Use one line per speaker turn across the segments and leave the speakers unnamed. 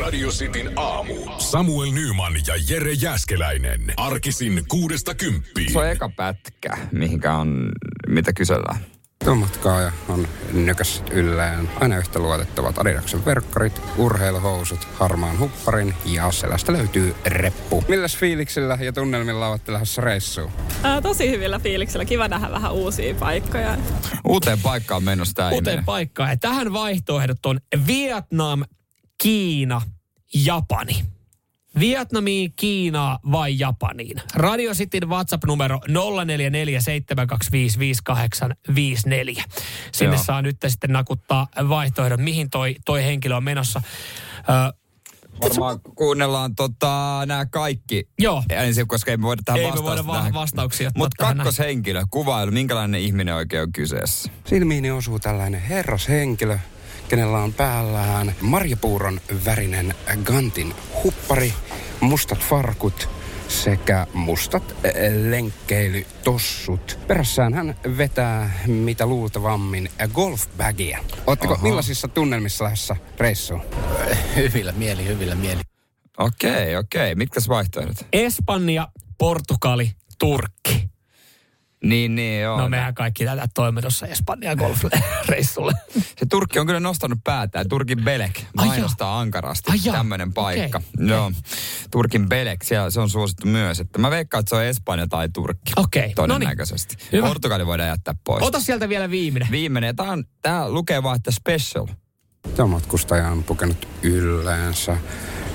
Radio Cityn aamu. Samuel Nyman ja Jere Jäskeläinen. Arkisin kuudesta kymppiin.
Se on eka pätkä, mihinkä on, mitä kysellään.
Tuomatkaa ja on nökässet yllään. Aina yhtä luotettavat Adidaksen verkkarit, urheiluhousut, harmaan hupparin ja selästä löytyy reppu. Milläs fiiliksillä ja tunnelmilla olette lähdössä reissuun?
Ää, tosi hyvillä fiiliksillä. Kiva nähdä vähän uusia paikkoja.
Uuteen paikkaan menossa tämä
Uuteen
ihminen.
paikkaan. Ja tähän vaihtoehdot on Vietnam, Kiina, Japani. Vietnamiin, Kiinaa vai Japaniin? Radio Cityn WhatsApp-numero 0447255854. Sinne
Joo.
saa nyt sitten nakuttaa vaihtoehdon, mihin toi, toi henkilö on menossa. Ö,
Varmaan kuunnellaan tota, nämä kaikki
Joo.
ensin, koska ei me voida tähän
Ei me
vastausta
voida va-
tähän.
vastauksia ottaa
Mutta
tähän
kakkoshenkilö, kuvailu, minkälainen ihminen oikein on kyseessä?
Silmiini osuu tällainen herrashenkilö, kenellä on päällään marjapuuron värinen gantin huppari, mustat farkut sekä mustat eh, lenkkeilytossut. Perässään hän vetää mitä luultavammin golfbagia. Ootteko millaisissa tunnelmissa lähdössä reissuun?
Hyvillä mieli, hyvillä mieli.
Okei, okay, okei. Okay. Mitkäs vaihtoehdot?
Espanja, Portugali, Turkki.
Niin, niin, joo.
No mehän kaikki tätä toimme tuossa Espanjan golfreissulle.
Se Turkki on kyllä nostanut päätään. Turkin Belek
Ai
mainostaa ankarasti
Ai jaa.
tämmöinen paikka.
Okei.
Joo. Turkin Belek, siellä se on suosittu myös. Että mä veikkaan, että se on Espanja tai Turkki.
Okei, no niin.
Todennäköisesti.
Hyvä.
Portugali voidaan jättää pois.
Ota sieltä vielä viimeinen.
Viimeinen. Tämä, on, tää lukee vaan, että special.
Tämä matkustaja on pukenut ylläänsä.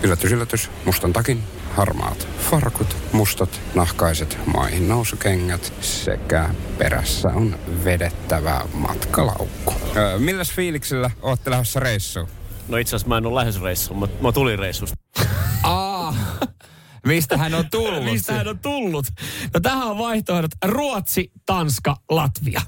Yllätys, yllätys, mustan takin, harmaat farkut, mustat, nahkaiset maihin nousukengät sekä perässä on vedettävä matkalaukku. Öö, milläs fiiliksillä ootte lähdössä reissuun?
No itse asiassa mä en ole lähes reissuun, mä, mä tulin reissusta.
Aa, mistä hän on tullut?
Mistä hän on tullut? No tähän on vaihtoehdot Ruotsi, Tanska, Latvia.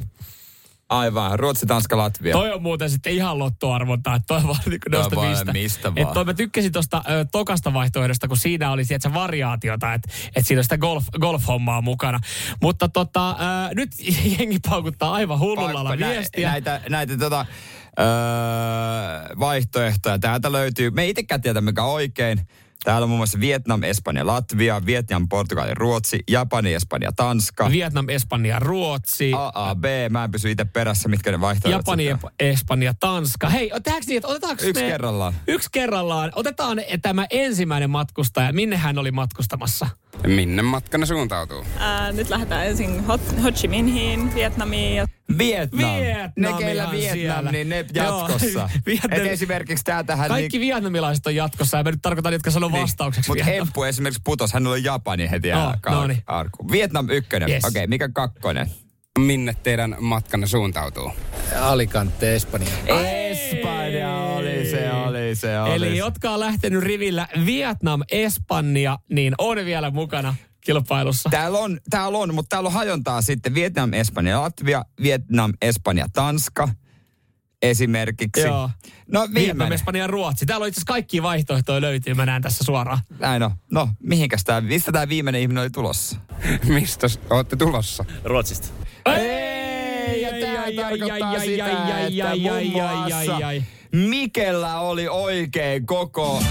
Aivan, Ruotsi, Tanska, Latvia.
Toi on muuten sitten ihan lottoarvontaa, että toi on vaan niin
Toi
nosta
vaan
mistä.
mistä
Et
vaan.
toi mä tykkäsin tuosta tokasta vaihtoehdosta, kun siinä oli sieltä variaatiota, että et siinä on sitä golf, golf-hommaa mukana. Mutta tota, ö, nyt jengi paukuttaa aivan hullulla
Pakko nä-
viestiä.
Näitä, näitä tota, öö, vaihtoehtoja täältä löytyy. Me ei itsekään tiedä, mikä on oikein. Täällä on muun muassa Vietnam, Espanja, Latvia, Vietnam, Portugali, Ruotsi, Japani, Espanja, Tanska,
Vietnam, Espanja, Ruotsi.
AAB. Mä en pysy itse perässä, mitkä ne vaihtoehdot
Japani,
sitten on.
Ep- Espanja, Tanska. Hei, tehdäänkö niin, että otetaanko
Yksi
me...
kerrallaan.
Yksi kerrallaan. Otetaan tämä ensimmäinen matkustaja. Minne hän oli matkustamassa?
Minne matkana suuntautuu?
Ää, nyt lähdetään ensin Hot, Ho Chi Minhiin, Vietnamiin ja
Vietnam. Ne
Vietnam
keillä
ihan
Vietnam,
siellä.
niin ne
Joo.
jatkossa.
Vietnam-
Et esimerkiksi täältähän...
Kaikki vietnamilaiset on jatkossa. Ja mä nyt tarkoitan, jotka sanoo
Niin.
vastaukseksi.
Mutta
Vietnam.
Eppu esimerkiksi putos, hänellä oli Japani heti
Joo,
no,
no niin.
arku. Vietnam ykkönen.
Yes.
Okei, mikä kakkonen?
Minne teidän matkanne suuntautuu?
Alicante, Espanja.
Espanja oli se, oli se, oli
Eli
se.
jotka on lähtenyt rivillä Vietnam, Espanja, niin on vielä mukana kilpailussa.
Täällä on, täällä on, mutta täällä on hajontaa sitten Vietnam, Espanja, Latvia, Vietnam, Espanja, Tanska esimerkiksi.
Joo.
No
Vietnam,
viimeinen.
Espanja ja Ruotsi. Täällä on itse asiassa kaikki vaihtoehtoja löytyy. Mä näen tässä suoraan.
Näin on. No, mihinkäs tää, mistä tämä viimeinen ihminen oli tulossa?
Mistä s- ootte tulossa?
Ruotsista.
Ei,
Ja tää tarkoittaa sitä, että muun muassa Mikellä oli oikein koko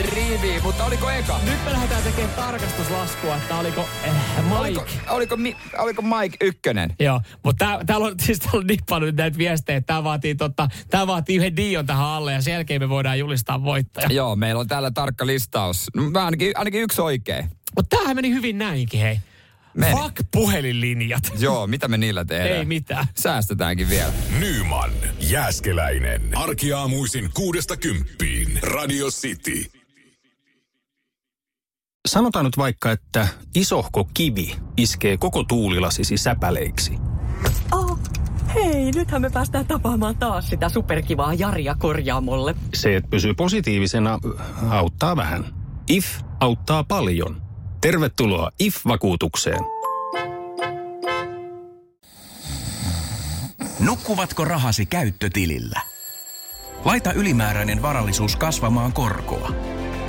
rivi, mutta oliko eka?
Nyt me lähdetään tekemään tarkastuslaskua, että oliko eh, Mike.
Oliko, oliko, Mi- oliko Mike ykkönen?
Joo, mutta tää, täällä on, siis täällä on niin paljon näitä viestejä, että tää vaatii, totta, tää vaatii yhden dion tähän alle ja sen jälkeen me voidaan julistaa voittaja.
Joo, meillä on täällä tarkka listaus. No, mä ainakin, ainakin yksi oikein.
Mutta tämähän meni hyvin näinkin, hei.
Meni.
Fuck puhelinlinjat.
Joo, mitä me niillä tehdään?
Ei mitään.
Säästetäänkin vielä.
Nyman, Jääskeläinen. Arkiaamuisin kuudesta kymppiin. Radio City.
Sanotaan nyt vaikka, että isohko kivi iskee koko tuulilasisi säpäleiksi.
Oh, hei, nythän me päästään tapaamaan taas sitä superkivaa Jaria korjaamolle.
Se, että pysyy positiivisena, auttaa vähän. IF auttaa paljon.
Tervetuloa IF-vakuutukseen.
Nukkuvatko rahasi käyttötilillä? Laita ylimääräinen varallisuus kasvamaan korkoa.